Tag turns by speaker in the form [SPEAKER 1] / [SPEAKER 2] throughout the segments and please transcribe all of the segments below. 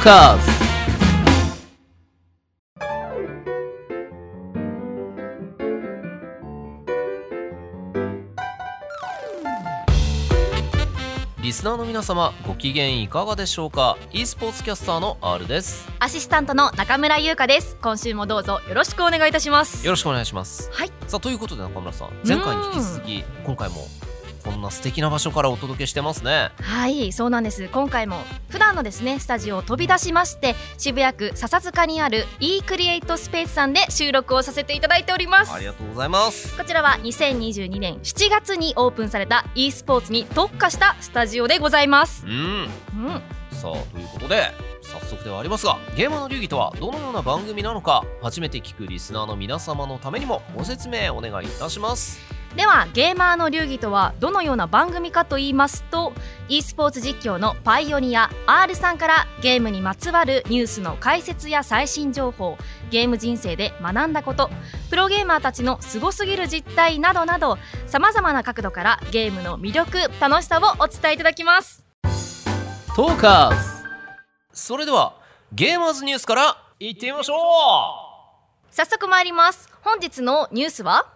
[SPEAKER 1] カーズリスナーの皆様ご機嫌いかがでしょうか e スポーツキャスターの R です
[SPEAKER 2] アシスタントの中村優香です。今週もどうぞよろしくお願いいたします。
[SPEAKER 1] よろしくお願いします
[SPEAKER 2] はい。
[SPEAKER 1] さあということで中村さん前回に引き続き今回もこんな素敵な場所からお届けしてますね
[SPEAKER 2] はい、そうなんです。今回も普段のですね、スタジオを飛び出しまして、渋谷区笹塚にある e クリエイトスペースさんで収録をさせていただいております。
[SPEAKER 1] ありがとうございます
[SPEAKER 2] こちらは2022年7月にオープンされた e スポーツに特化したスタジオでございます。
[SPEAKER 1] うん
[SPEAKER 2] うん。
[SPEAKER 1] さあということで早速ではありますがゲームの流儀とはどのような番組なのか初めて聞くリスナーの皆様のためにもご説明お願いいたします
[SPEAKER 2] ではゲーマーの流儀とはどのような番組かと言いますと e スポーツ実況のパイオニア R さんからゲームにまつわるニュースの解説や最新情報ゲーム人生で学んだことプロゲーマーたちのすごすぎる実態などなどさまざまな角度からゲームの魅力楽しさをお伝えいただきます
[SPEAKER 1] トーカーズそれではゲーマーズニュースからいってみましょう
[SPEAKER 2] 早速参ります本日のニュースは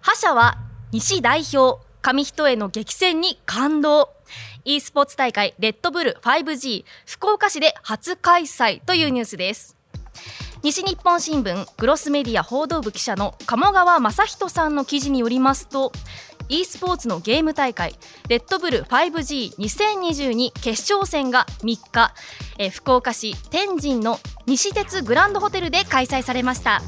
[SPEAKER 2] 覇者は西代表紙一重の激戦に感動 e スポーツ大会レッドブル 5G 福岡市で初開催というニュースです西日本新聞グロスメディア報道部記者の鴨川雅人さんの記事によりますと e スポーツのゲーム大会レッドブル 5G2022 決勝戦が3日えー福岡市天神の西鉄グランドホテルで開催されました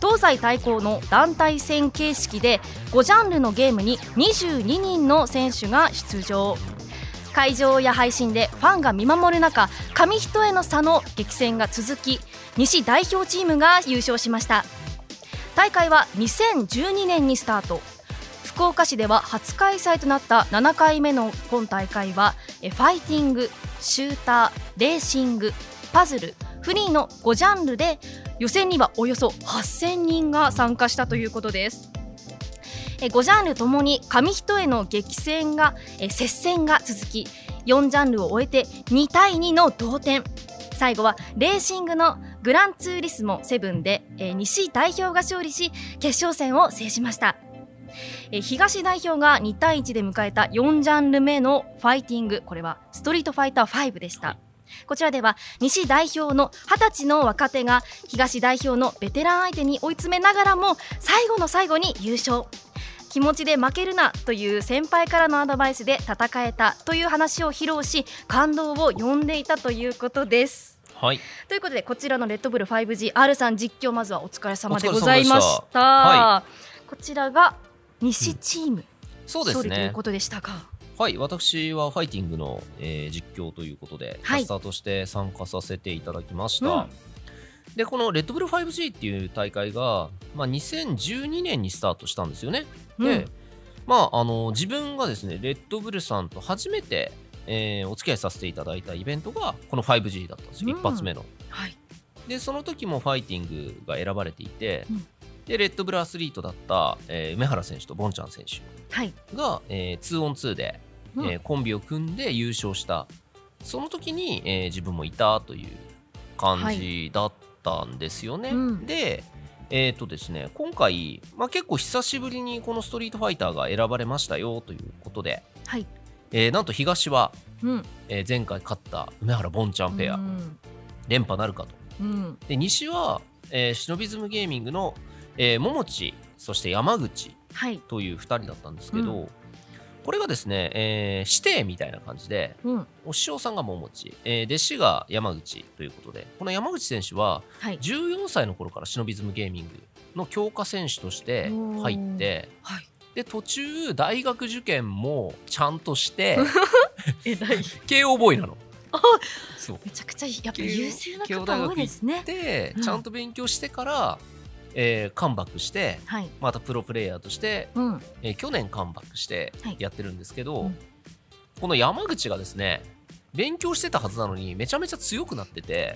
[SPEAKER 2] 東西対抗の団体戦形式で5ジャンルのゲームに22人の選手が出場会場や配信でファンが見守る中紙一重の差の激戦が続き西代表チームが優勝しました大会は2012年にスタート福岡市では初開催となった7回目の今大会はえファイティングシューターレーシングパズルフリーの5ジャンルで予選にはおよそ8000人が参加したということです。え5ジャンルともに紙一重の激戦がえ接戦が続き4ジャンルを終えて2対2の同点最後はレーシングのグランツーリスモ7でえー西代表が勝利し決勝戦を制しましたえー東代表が2対1で迎えた4ジャンル目のファイティングこれはストリートファイター5でしたこちらでは西代表の20歳の若手が東代表のベテラン相手に追い詰めながらも最後の最後に優勝気持ちで負けるなという先輩からのアドバイスで戦えたという話を披露し感動を呼んでいたということです
[SPEAKER 1] はい
[SPEAKER 2] ということでこちらのレッドブル 5GR さん実況まずはお疲れ様で
[SPEAKER 1] お疲れ様でし
[SPEAKER 2] ご
[SPEAKER 1] た
[SPEAKER 2] ざいました、
[SPEAKER 1] は
[SPEAKER 2] こちらが西チーム
[SPEAKER 1] そうです
[SPEAKER 2] 勝利という
[SPEAKER 1] ね
[SPEAKER 2] ことでしたか、
[SPEAKER 1] はい私はファイティングの、えー実況ということで、
[SPEAKER 2] はい
[SPEAKER 1] キャスターとして参加させていただきました、
[SPEAKER 2] うん
[SPEAKER 1] でこのレッドブル 5G っていう大会が、まあ、2012年にスタートしたんですよねで、
[SPEAKER 2] うん
[SPEAKER 1] まああの自分がですねレッドブルさんと初めて、えーお付き合いさせていただいたイベントがこの 5G だったんですよ、
[SPEAKER 2] うん
[SPEAKER 1] 一発目の
[SPEAKER 2] はい
[SPEAKER 1] でその時もファイティングが選ばれていて、
[SPEAKER 2] うん
[SPEAKER 1] でレッドブルアスリートだった、えー梅原選手とボンちゃん選手
[SPEAKER 2] はい、
[SPEAKER 1] が、えー、2on2 で、
[SPEAKER 2] うん
[SPEAKER 1] えーコンビを組んで優勝したその時に、えー自分もいたという感じだったんですよね。
[SPEAKER 2] うん
[SPEAKER 1] でえーとですね、今回、まあ、結構久しぶりにこの「ストリートファイター」が選ばれましたよということで、
[SPEAKER 2] はい
[SPEAKER 1] えーなんと東は、
[SPEAKER 2] うん
[SPEAKER 1] えー前回勝った梅原ボンちゃんペア、
[SPEAKER 2] うん
[SPEAKER 1] 連覇なるかと
[SPEAKER 2] うん
[SPEAKER 1] で西は、えーシノビズムゲーミングの、えー、桃地そして山口
[SPEAKER 2] はい
[SPEAKER 1] という2人だったんですけど、
[SPEAKER 2] う
[SPEAKER 1] これがですね、えー師弟みたいな感じで
[SPEAKER 2] うん
[SPEAKER 1] お師匠さんが桃地、えー弟子が山口ということでこの山口選手は
[SPEAKER 2] はい
[SPEAKER 1] 14歳の頃からシノビズムゲーミングの強化選手として入って
[SPEAKER 2] はい
[SPEAKER 1] で途中大学受験もちゃんとして
[SPEAKER 2] えらい
[SPEAKER 1] 慶応ボーイなの。
[SPEAKER 2] あ
[SPEAKER 1] そう
[SPEAKER 2] めちゃくちゃやっぱ
[SPEAKER 1] 慶応
[SPEAKER 2] 優秀な
[SPEAKER 1] 慶応
[SPEAKER 2] 方
[SPEAKER 1] 大学
[SPEAKER 2] 多いですね
[SPEAKER 1] で
[SPEAKER 2] うん
[SPEAKER 1] ちゃんと勉強してから、えーカムバックして
[SPEAKER 2] はい
[SPEAKER 1] またプロプレイヤーとして、
[SPEAKER 2] うん
[SPEAKER 1] えー去年カムバックして
[SPEAKER 2] はい
[SPEAKER 1] やってるんですけど、
[SPEAKER 2] うん
[SPEAKER 1] この山口がですね勉強してたはずなのにめちゃめちゃ強くなって て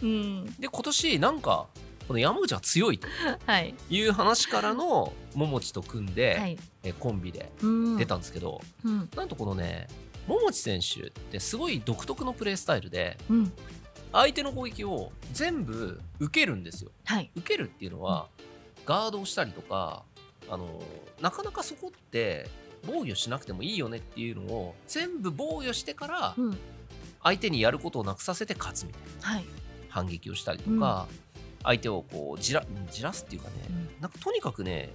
[SPEAKER 2] うん
[SPEAKER 1] で今年なんかこの山口が強いと
[SPEAKER 2] はい
[SPEAKER 1] いう話からの桃地と組んで、
[SPEAKER 2] はい
[SPEAKER 1] えーコンビで
[SPEAKER 2] うん
[SPEAKER 1] 出たんですけど、
[SPEAKER 2] うん
[SPEAKER 1] なんとこのね桃地選手ってすごい独特のプレースタイルで
[SPEAKER 2] うん
[SPEAKER 1] 相手の攻撃を全部受けるんですよ
[SPEAKER 2] はい
[SPEAKER 1] 受けるっていうのはガードをしたりとかあのなかなかそこって防御しなくてもいいよねっていうのを全部防御してから
[SPEAKER 2] うん
[SPEAKER 1] 相手にやることをなくさせて勝つみたいな
[SPEAKER 2] はい
[SPEAKER 1] 反撃をしたりとか、相手をこうじらじらすっていうかね、
[SPEAKER 2] う
[SPEAKER 1] なんかとにかくね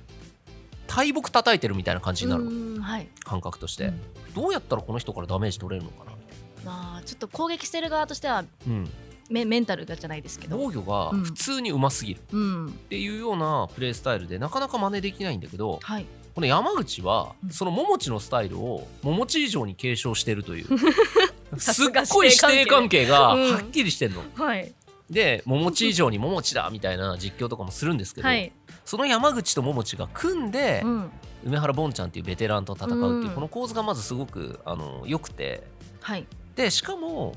[SPEAKER 1] 大木叩いてるみたいな感じになるの、
[SPEAKER 2] うーんはい
[SPEAKER 1] 感覚として、
[SPEAKER 2] うん
[SPEAKER 1] どうやったらこの人からダメージ取れるのかなみたい
[SPEAKER 2] まあちょっと攻撃してる側としては
[SPEAKER 1] な、うん、
[SPEAKER 2] メメンタルがじゃないですけど
[SPEAKER 1] 防御が普通にうますぎる
[SPEAKER 2] うん
[SPEAKER 1] っていうようなプレースタイルでなかなか真似できないんだけど
[SPEAKER 2] はい
[SPEAKER 1] この山口は
[SPEAKER 2] うん
[SPEAKER 1] その桃地のスタイルを桃地以上に継承してるという
[SPEAKER 2] さ
[SPEAKER 1] すっ
[SPEAKER 2] すが
[SPEAKER 1] ごい師
[SPEAKER 2] 師弟関係
[SPEAKER 1] 弟関係が
[SPEAKER 2] うん
[SPEAKER 1] はっきりしてんの。
[SPEAKER 2] はい
[SPEAKER 1] で桃地以上に桃地だみたいな実況とかもするんですけど、
[SPEAKER 2] はい
[SPEAKER 1] その山口と桃地が組んで、
[SPEAKER 2] うん
[SPEAKER 1] 梅原ボンちゃんっていうベテランと戦うっていううんこの構図がまずすごくあの良くて
[SPEAKER 2] はい
[SPEAKER 1] でしかも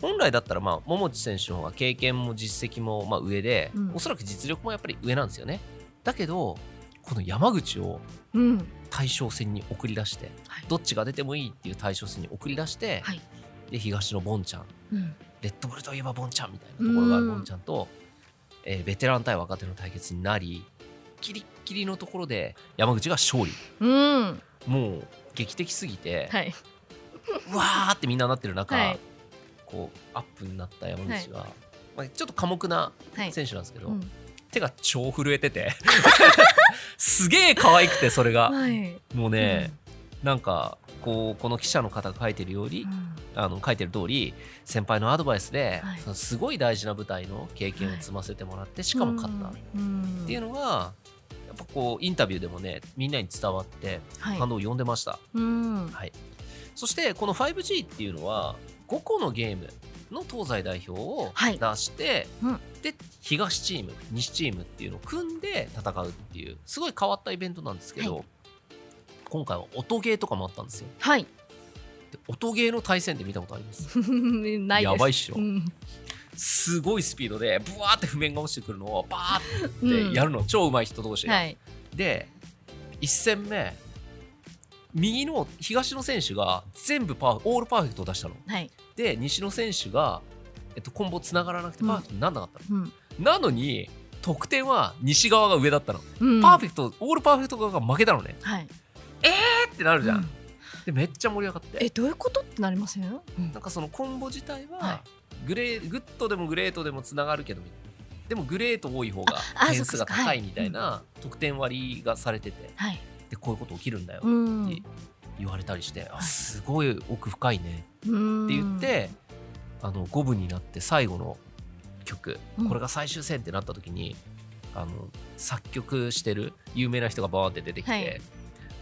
[SPEAKER 1] 本来だったらまあ桃地選手の方が経験も実績もまあ上で、
[SPEAKER 2] うん
[SPEAKER 1] おそらく実力もやっぱり上なんですよねだけどこの山口を
[SPEAKER 2] うん
[SPEAKER 1] 大将戦に送り出して、
[SPEAKER 2] はい
[SPEAKER 1] どっちが出てもいいっていう大将戦に送り出して、
[SPEAKER 2] はい
[SPEAKER 1] で東のボンちゃん
[SPEAKER 2] うん
[SPEAKER 1] レッドブルといえばボンちゃんみたいなところがある
[SPEAKER 2] うん
[SPEAKER 1] ボンちゃんと、えーベテラン対若手の対決になりギリッギリのところで山口が勝利
[SPEAKER 2] うん
[SPEAKER 1] もう劇的すぎて、
[SPEAKER 2] はいう
[SPEAKER 1] わーってみんななってる中、
[SPEAKER 2] はい
[SPEAKER 1] こうアップになった山口は、まあ、ちょっと寡黙な
[SPEAKER 2] はい
[SPEAKER 1] 選手なんですけど、
[SPEAKER 2] うん
[SPEAKER 1] 手が超震えてて すげえ可愛くてそれが
[SPEAKER 2] はい
[SPEAKER 1] もうね、なんかこうこの記者の方が書いてるより、
[SPEAKER 2] うん
[SPEAKER 1] あの書いてる通り先輩のアドバイスで、
[SPEAKER 2] はい
[SPEAKER 1] そのすごい大事な舞台の経験を積ませてもらって、しかも勝った、っ
[SPEAKER 2] うん
[SPEAKER 1] ていう
[SPEAKER 2] の
[SPEAKER 1] のがやっぱこうインタビューでもねみんなに伝わって
[SPEAKER 2] はい
[SPEAKER 1] 感動を呼んでました。
[SPEAKER 2] うん
[SPEAKER 1] そしてこの 5G っていうのは5個のゲームの東西代表を
[SPEAKER 2] はい
[SPEAKER 1] 出して、
[SPEAKER 2] うん
[SPEAKER 1] で東チーム西チームっていうのを組んで戦うっていうすごい変わったイベントなんですけど、
[SPEAKER 2] は
[SPEAKER 1] 今回は音ゲーとかもあったんですよ
[SPEAKER 2] はい
[SPEAKER 1] で音ゲーの対戦って見たことあります
[SPEAKER 2] ないで す
[SPEAKER 1] やばいっしょ
[SPEAKER 2] うん
[SPEAKER 1] すごいスピードでブワーって譜面が落ちてくるのをバーっ
[SPEAKER 2] うん
[SPEAKER 1] てやるの、超上手い人同士が、
[SPEAKER 2] はい
[SPEAKER 1] で1戦目右の東の選手が全部パーオールパーフェクトを出したの
[SPEAKER 2] はい
[SPEAKER 1] で西野選手が、えっと、コンボつながらなくてパーフェクトにならなかったの、
[SPEAKER 2] うん
[SPEAKER 1] なのに得点は西側が上だったの、
[SPEAKER 2] うん
[SPEAKER 1] パーフェクトオールパーフェクト側が負けたのね
[SPEAKER 2] はい
[SPEAKER 1] えってなるじゃん、
[SPEAKER 2] うん
[SPEAKER 1] でめっちゃ盛り上がって
[SPEAKER 2] えどういうことってなりませんうん
[SPEAKER 1] なんかそのコンボ自体
[SPEAKER 2] は
[SPEAKER 1] はグレーグッドでもグレートでもつながるけどみたいなでもグレート多い方が
[SPEAKER 2] ああ
[SPEAKER 1] 点数
[SPEAKER 2] そ
[SPEAKER 1] が
[SPEAKER 2] っかそっか
[SPEAKER 1] 高
[SPEAKER 2] はいい
[SPEAKER 1] みたいな得点割りがされてて
[SPEAKER 2] はい
[SPEAKER 1] でこういうこと起きるんだよ
[SPEAKER 2] う
[SPEAKER 1] って
[SPEAKER 2] ん
[SPEAKER 1] い言われたりしてあ
[SPEAKER 2] い
[SPEAKER 1] すごい奥深いね
[SPEAKER 2] うん
[SPEAKER 1] って言って、あの5部になって最後の曲、
[SPEAKER 2] うん
[SPEAKER 1] これが最終戦ってなった時にあの作曲してる有名な人がバーンって出てきて、
[SPEAKER 2] はい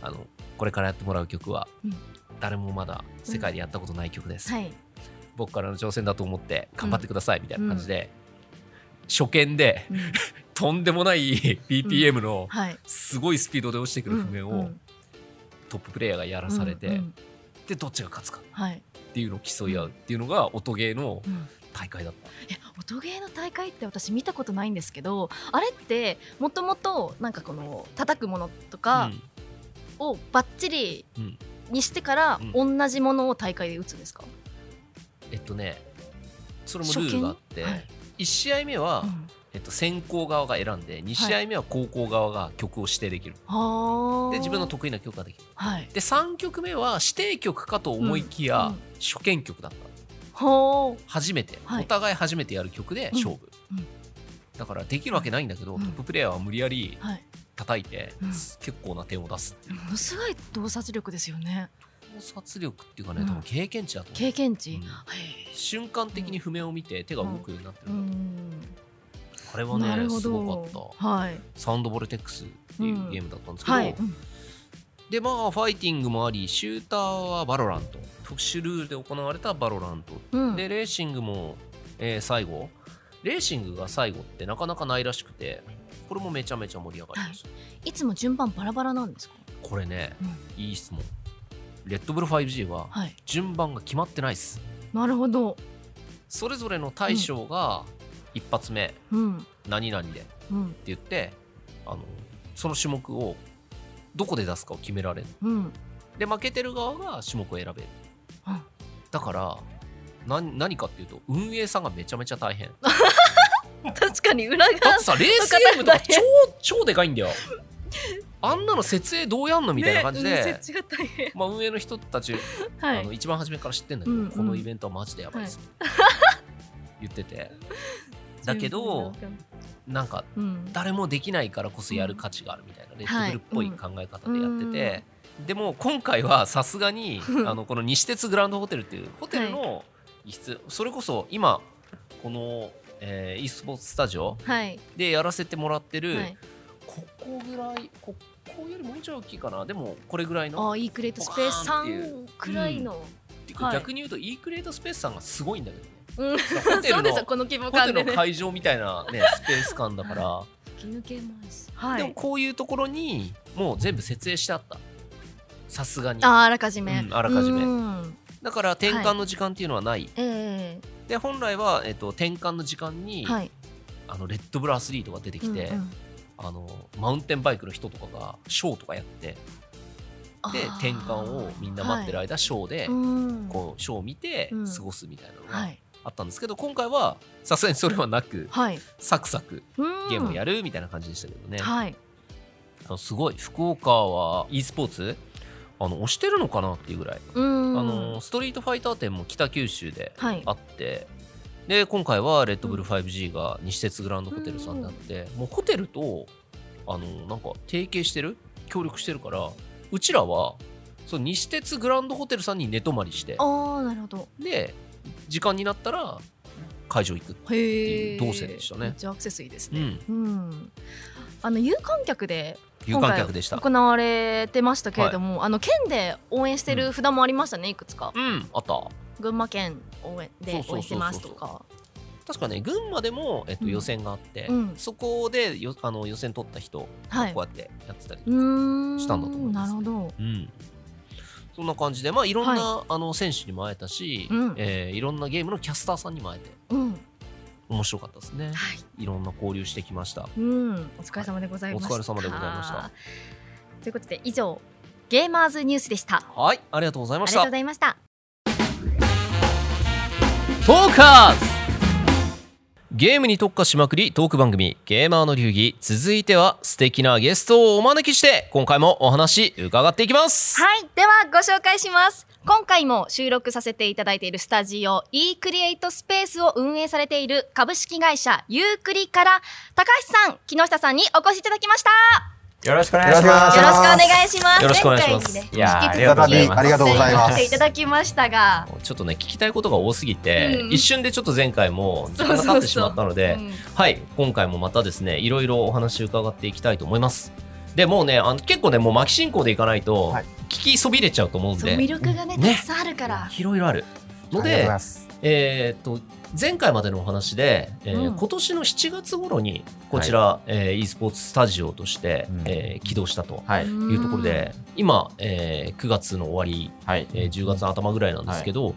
[SPEAKER 1] あのこれからやってもらう曲は、
[SPEAKER 2] うん
[SPEAKER 1] 誰もまだ世界でやったことない曲です、
[SPEAKER 2] はい
[SPEAKER 1] 僕からの挑戦だと思って頑張ってくださいみたいな感じで、初見で
[SPEAKER 2] うん
[SPEAKER 1] とんでもない BPM の
[SPEAKER 2] はい
[SPEAKER 1] すごいスピードで落ちてくる譜面
[SPEAKER 2] うんう
[SPEAKER 1] を
[SPEAKER 2] ん
[SPEAKER 1] トッププレイヤーがやらされて、
[SPEAKER 2] うんうん
[SPEAKER 1] でどっちが勝つか
[SPEAKER 2] はい
[SPEAKER 1] っていうのを競い合うっていうのが音ゲーの
[SPEAKER 2] うん
[SPEAKER 1] 大会だった。
[SPEAKER 2] え音ゲーの大会って私見たことないんですけどあれってもともとなんかこの叩くものとか
[SPEAKER 1] うん
[SPEAKER 2] をバッチリ
[SPEAKER 1] うん
[SPEAKER 2] にしてから
[SPEAKER 1] う
[SPEAKER 2] 同じものを大会で打つんですか、
[SPEAKER 1] えっとねそれもルールがあって、
[SPEAKER 2] はい
[SPEAKER 1] 1試合目は、
[SPEAKER 2] うん
[SPEAKER 1] えっと、先行側が選んで2試合目は後攻側が曲を指定できる、
[SPEAKER 2] あー
[SPEAKER 1] で自分の得意な曲ができる
[SPEAKER 2] はい
[SPEAKER 1] で3曲目は指定曲かと思いきや、
[SPEAKER 2] うんうん
[SPEAKER 1] 初見曲だった
[SPEAKER 2] ほ
[SPEAKER 1] 初めて、
[SPEAKER 2] はい
[SPEAKER 1] お互い初めてやる曲で勝負、
[SPEAKER 2] うんうん
[SPEAKER 1] だからできるわけないんだけど、
[SPEAKER 2] うん
[SPEAKER 1] トッププレイヤーは無理やり
[SPEAKER 2] ーはい
[SPEAKER 1] 叩いて、
[SPEAKER 2] うん
[SPEAKER 1] 結構な点を出す
[SPEAKER 2] ものすごい洞察力ですよね
[SPEAKER 1] 考察力っていうかね、
[SPEAKER 2] うん
[SPEAKER 1] 多分経験値だと思う
[SPEAKER 2] 経験値、
[SPEAKER 1] うん
[SPEAKER 2] はい
[SPEAKER 1] 瞬間的に譜面を見て手が動くようになってる、
[SPEAKER 2] うん
[SPEAKER 1] あれは
[SPEAKER 2] なる
[SPEAKER 1] ね
[SPEAKER 2] ほ
[SPEAKER 1] すご
[SPEAKER 2] ど
[SPEAKER 1] かった
[SPEAKER 2] はい
[SPEAKER 1] サウンドボルテックスっていうゲームだったんですけど、
[SPEAKER 2] はい、うん
[SPEAKER 1] でまあファイティングもありシューターはバロラント特殊ルールで行われたバロラント、
[SPEAKER 2] うん
[SPEAKER 1] でレーシングも、えー最後レーシングが最後ってなかなかないらしくてこれもめちゃめちゃ盛り上がりました、
[SPEAKER 2] いつも順番バラバラなんですか
[SPEAKER 1] これね、
[SPEAKER 2] う
[SPEAKER 1] いい質問レッドブル 5G は
[SPEAKER 2] はい
[SPEAKER 1] 順番が決まってないです
[SPEAKER 2] なるほど
[SPEAKER 1] それぞれの大将が一発目
[SPEAKER 2] うん
[SPEAKER 1] 何々でって
[SPEAKER 2] うん
[SPEAKER 1] 言ってあのその種目をどこで出すかを決められる
[SPEAKER 2] うん
[SPEAKER 1] で負けてる側が種目を選べる
[SPEAKER 2] うん
[SPEAKER 1] だからな何かっていうと運営さんがめちゃめちゃ大変
[SPEAKER 2] 確かに裏側
[SPEAKER 1] だってさレースゲームとか超超でかいんだよあんなの設営どうやんのみたいな感じで、
[SPEAKER 2] ねうん設置が大変
[SPEAKER 1] まあ、運営の人たち、
[SPEAKER 2] は
[SPEAKER 1] あの
[SPEAKER 2] い
[SPEAKER 1] 一番初めから知ってんだけど、
[SPEAKER 2] うんうん
[SPEAKER 1] このイベントはマジでやばいです、言って てだけどなんか
[SPEAKER 2] うん
[SPEAKER 1] 誰もできないからこそやる価値があるみたいな、レッドブルっぽい考え方でやってて、
[SPEAKER 2] はいうん
[SPEAKER 1] でも今回はさすがにあのこの西鉄グランドホテルっていうホテルの一室、それこそ今この、えー e スポーツスタジオ
[SPEAKER 2] はい
[SPEAKER 1] でやらせてもらってる、
[SPEAKER 2] はい
[SPEAKER 1] ここぐらいここよりもうちょい大きいかなでもこれぐらいの
[SPEAKER 2] ああいいクレートスペース
[SPEAKER 1] ボカ
[SPEAKER 2] さ
[SPEAKER 1] ーンっていうん
[SPEAKER 2] くらいの
[SPEAKER 1] っていうか
[SPEAKER 2] はい
[SPEAKER 1] 逆に言うと e クレートスペースさんがすごいんだけどね。
[SPEAKER 2] うん
[SPEAKER 1] ホテ
[SPEAKER 2] そ
[SPEAKER 1] ル
[SPEAKER 2] うですよ
[SPEAKER 1] の
[SPEAKER 2] この規模
[SPEAKER 1] ホテ
[SPEAKER 2] 感で
[SPEAKER 1] ル
[SPEAKER 2] ね
[SPEAKER 1] の会場みたいな、 ね、スペース感だから、
[SPEAKER 2] 吹き抜けもあるしは
[SPEAKER 1] でも
[SPEAKER 2] い
[SPEAKER 1] こういうところにもう全部設営してあったさすがに
[SPEAKER 2] あーあらかじめ
[SPEAKER 1] うんあらかじめ
[SPEAKER 2] うん
[SPEAKER 1] だから転換の時間っていうのはない、
[SPEAKER 2] え
[SPEAKER 1] で本来は、えっと転換の時間
[SPEAKER 2] え
[SPEAKER 1] に、
[SPEAKER 2] はい
[SPEAKER 1] あのレッドブルアスリートが出てきて、
[SPEAKER 2] うんうん
[SPEAKER 1] あのマウンテンバイクの人とかがショーとかやってで
[SPEAKER 2] あー
[SPEAKER 1] 転換をみんな待ってる間、ショーで、
[SPEAKER 2] うん
[SPEAKER 1] こうショーを見て
[SPEAKER 2] うん
[SPEAKER 1] 過ごすみたいなの
[SPEAKER 2] は
[SPEAKER 1] が
[SPEAKER 2] い
[SPEAKER 1] あったんですけど、今回はさすがにそれはなく
[SPEAKER 2] はい
[SPEAKER 1] サクサクゲームを
[SPEAKER 2] る
[SPEAKER 1] やるみたいな感じでしたけどね、
[SPEAKER 2] はい
[SPEAKER 1] あのすごい福岡は e スポーツあの推してるのかなっていうぐらい、
[SPEAKER 2] うん
[SPEAKER 1] あのストリートファイター展も北九州で
[SPEAKER 2] はい
[SPEAKER 1] あってで今回はレッドブル 5G が西鉄グランドホテルさんであって、もうホテルとあのなんか提携してる協力してるからうちらはその西鉄グランドホテルさんに寝泊まりして
[SPEAKER 2] ああなるほど
[SPEAKER 1] で時間になったら会場行く、
[SPEAKER 2] へ
[SPEAKER 1] い
[SPEAKER 2] え
[SPEAKER 1] う動線でしたね
[SPEAKER 2] めっちゃアクセスいいです
[SPEAKER 1] う
[SPEAKER 2] ね
[SPEAKER 1] ん、
[SPEAKER 2] うんあの有観客で
[SPEAKER 1] 有観客でした
[SPEAKER 2] 今回行われてましたけれども、あの県で応援してる札もありましたね、いくつか
[SPEAKER 1] うんあった
[SPEAKER 2] 群馬県応援で
[SPEAKER 1] そうそうそうそう
[SPEAKER 2] 応援してますとか
[SPEAKER 1] 確かね群馬でも、えっと、
[SPEAKER 2] うん
[SPEAKER 1] 予選があって、
[SPEAKER 2] うん
[SPEAKER 1] そこでよあの予選取った人が
[SPEAKER 2] はい
[SPEAKER 1] こうやってやってたり、
[SPEAKER 2] うーん
[SPEAKER 1] したんだと思います
[SPEAKER 2] なるほど
[SPEAKER 1] うんそんな感じで、まあ、いろんな、あの選手にも会えたし、
[SPEAKER 2] うん
[SPEAKER 1] えーいろんなゲームのキャスターさんにも会えて
[SPEAKER 2] うんは
[SPEAKER 1] 面白かったですね
[SPEAKER 2] い
[SPEAKER 1] いろんな交流してきました
[SPEAKER 2] うんお疲れ様でございました、
[SPEAKER 1] お疲れ様でございました
[SPEAKER 2] ということで以上ゲーマーズニュースでしたあ
[SPEAKER 1] はいありがとうございま
[SPEAKER 2] り
[SPEAKER 1] し
[SPEAKER 2] がとう
[SPEAKER 1] た
[SPEAKER 2] ございました
[SPEAKER 1] トーカーズゲームに特化しまくりトーク番組「ゲーマーの流儀」続いては素敵なゲストをお招きして今回もお話伺っていきます
[SPEAKER 2] はい。では、ご紹介します。今回も収録させていただいているスタジオ e クリエイトスペースを運営されている株式会社ユークリから高橋さん、木下さんにお越しいただきました。
[SPEAKER 3] よろしくお願いしま
[SPEAKER 2] よ
[SPEAKER 3] す。
[SPEAKER 4] す
[SPEAKER 2] ろしくお願いします。
[SPEAKER 1] よろしくお願いします
[SPEAKER 2] 前回にね
[SPEAKER 3] いやー
[SPEAKER 2] 引き
[SPEAKER 3] ありがとうご
[SPEAKER 2] 続き
[SPEAKER 3] ざいますあり
[SPEAKER 4] がとうございま
[SPEAKER 2] お
[SPEAKER 4] す
[SPEAKER 2] 越しいただきましたが、
[SPEAKER 1] ちょっとね聞きたいことが多すぎて、
[SPEAKER 2] うん
[SPEAKER 1] 一瞬でちょっと前回も時間が経ってしまったので
[SPEAKER 2] うん
[SPEAKER 1] はい今回もまたですねいろいろお話伺っていきたいと思いますでもうねあの結構ねもう巻き進行でいかないと
[SPEAKER 4] はい
[SPEAKER 1] 聞きそびれちゃうと思うん
[SPEAKER 2] そう
[SPEAKER 1] で、
[SPEAKER 2] 魅力がね
[SPEAKER 1] ね
[SPEAKER 2] たくさんあるから、
[SPEAKER 1] いろいろあるの
[SPEAKER 4] ありがとうござい
[SPEAKER 1] で
[SPEAKER 4] ます
[SPEAKER 1] えーっと前回までのお話で、えー
[SPEAKER 2] うん
[SPEAKER 1] 今年の7月頃にこちら、えー e スポーツスタジオとして、
[SPEAKER 3] うん
[SPEAKER 1] えー起動したと
[SPEAKER 3] はい。
[SPEAKER 1] いうところで、今、えー9月の終わり
[SPEAKER 3] はい。
[SPEAKER 1] えー10月の頭ぐらいなんですけど、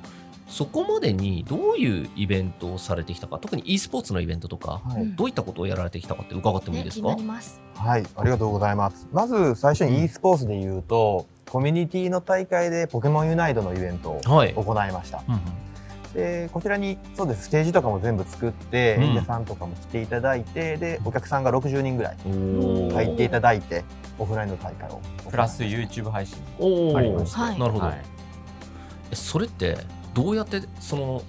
[SPEAKER 1] そこまでにどういうイベントをされてきたか特に e スポーツのイベントとか、
[SPEAKER 4] は
[SPEAKER 2] うん
[SPEAKER 4] い、
[SPEAKER 1] どういったことをやられてきたかって伺って
[SPEAKER 2] うん
[SPEAKER 1] もいいで
[SPEAKER 2] ね気
[SPEAKER 1] す
[SPEAKER 2] に
[SPEAKER 1] か、
[SPEAKER 2] なります。
[SPEAKER 4] はい、ありがとうございますまず最初
[SPEAKER 1] うん
[SPEAKER 4] に e スポーツで言うと、コミュニティの大会でポケモンユナイトのイベントを
[SPEAKER 1] はい、
[SPEAKER 4] 行いました
[SPEAKER 1] うんうん
[SPEAKER 4] でこちらにそうですステージとかも全部作って、
[SPEAKER 1] うん
[SPEAKER 4] 演者さんとかも来ていただいてでお客さんが60人ぐらい
[SPEAKER 1] おー
[SPEAKER 4] 入っていただいてオフラインの大会を
[SPEAKER 3] プラス YouTube 配信。
[SPEAKER 1] おー
[SPEAKER 4] ありました
[SPEAKER 2] はい
[SPEAKER 1] なるほど、
[SPEAKER 3] はい。
[SPEAKER 1] えそれってどうやってその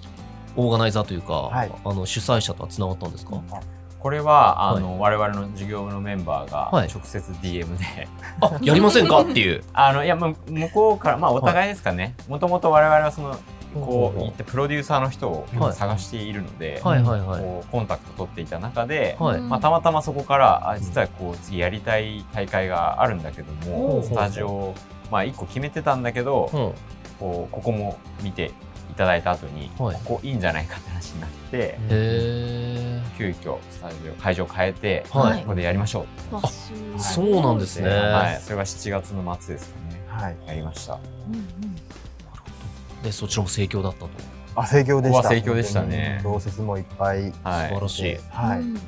[SPEAKER 1] オーガナイザーというか、
[SPEAKER 4] はい
[SPEAKER 1] あの主催者とはつながったんですか、
[SPEAKER 4] あ
[SPEAKER 3] これは
[SPEAKER 1] はい
[SPEAKER 3] あの我々の授業部のメンバーが
[SPEAKER 1] はい
[SPEAKER 3] 直接 DM で、
[SPEAKER 1] あやりませんかっていう
[SPEAKER 3] あのいやまあ向こうからまあお互いですかね。もともと我々はそのこういったプロデューサーの人を
[SPEAKER 1] はい
[SPEAKER 3] 探しているので、
[SPEAKER 1] はいはいはい
[SPEAKER 3] こうコンタクト取っていた中で。
[SPEAKER 1] はい、
[SPEAKER 2] うん
[SPEAKER 3] まあ、たまたまそこからあ実はこう次やりたい大会があるんだけど
[SPEAKER 1] ほうほう
[SPEAKER 3] もスタジオを、まあ、1個決めてたんだけど、
[SPEAKER 1] うん
[SPEAKER 3] こうここも見ていただいた後に、
[SPEAKER 1] はい
[SPEAKER 3] ここいいんじゃないかって話になって、
[SPEAKER 1] へえ
[SPEAKER 3] 急遽スタジオ会場変えて、
[SPEAKER 1] はい、
[SPEAKER 2] はい
[SPEAKER 3] ここでやりましょうっ
[SPEAKER 2] わ
[SPEAKER 1] あ
[SPEAKER 2] すごい
[SPEAKER 1] そうなんですね、
[SPEAKER 3] て、はい、それが7月の末ですかね
[SPEAKER 4] はい
[SPEAKER 3] やりました
[SPEAKER 2] うんうん
[SPEAKER 1] でそちらも盛況だったと、
[SPEAKER 4] あ盛況でし
[SPEAKER 3] ここ
[SPEAKER 4] た
[SPEAKER 3] は盛況でしたね
[SPEAKER 4] 同説もいっぱい
[SPEAKER 3] は
[SPEAKER 1] 素晴
[SPEAKER 3] い
[SPEAKER 1] らしい
[SPEAKER 4] はい、
[SPEAKER 2] うん
[SPEAKER 1] はいはいなる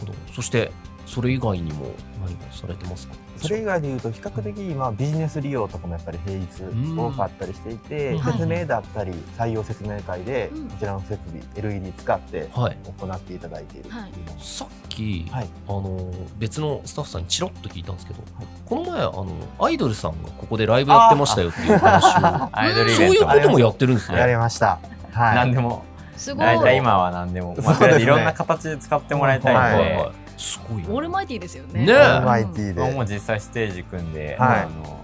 [SPEAKER 1] ほど。そしてそれ以外にも何かされてますか。
[SPEAKER 4] それ以外で言うと比較的今ビジネス利用とかもやっぱり平日
[SPEAKER 1] うん
[SPEAKER 4] 多かったりしていて、
[SPEAKER 1] うん
[SPEAKER 4] 説明だったり採用説明会で
[SPEAKER 2] うん
[SPEAKER 4] こちらの設備 LED 使って
[SPEAKER 1] はい
[SPEAKER 4] 行っていただいているっていうのも
[SPEAKER 1] さっき、
[SPEAKER 4] はい
[SPEAKER 1] あの別のスタッフさんにチロッと聞いたんですけど、
[SPEAKER 4] はい
[SPEAKER 1] この前あのアイドルさんがここでライブやってましたよっていう話を
[SPEAKER 3] アイドルイ
[SPEAKER 1] そう
[SPEAKER 3] ベン
[SPEAKER 1] いう
[SPEAKER 3] ト
[SPEAKER 1] こともやってるんです
[SPEAKER 4] や
[SPEAKER 1] ね。
[SPEAKER 4] りました。はい。
[SPEAKER 3] 何でも
[SPEAKER 2] すごい
[SPEAKER 3] 大体今は何でも
[SPEAKER 4] そう
[SPEAKER 3] まあとりあえず
[SPEAKER 4] ですね
[SPEAKER 3] いろんな形で使ってもらいた
[SPEAKER 1] はい
[SPEAKER 3] い
[SPEAKER 1] は
[SPEAKER 3] の
[SPEAKER 1] い
[SPEAKER 3] で
[SPEAKER 1] はい、すごいな
[SPEAKER 2] オールマイティーですよね
[SPEAKER 1] ねえ
[SPEAKER 4] オールマイティ
[SPEAKER 3] も
[SPEAKER 4] で。
[SPEAKER 3] う実際ステージ組んで、
[SPEAKER 4] はい
[SPEAKER 3] あの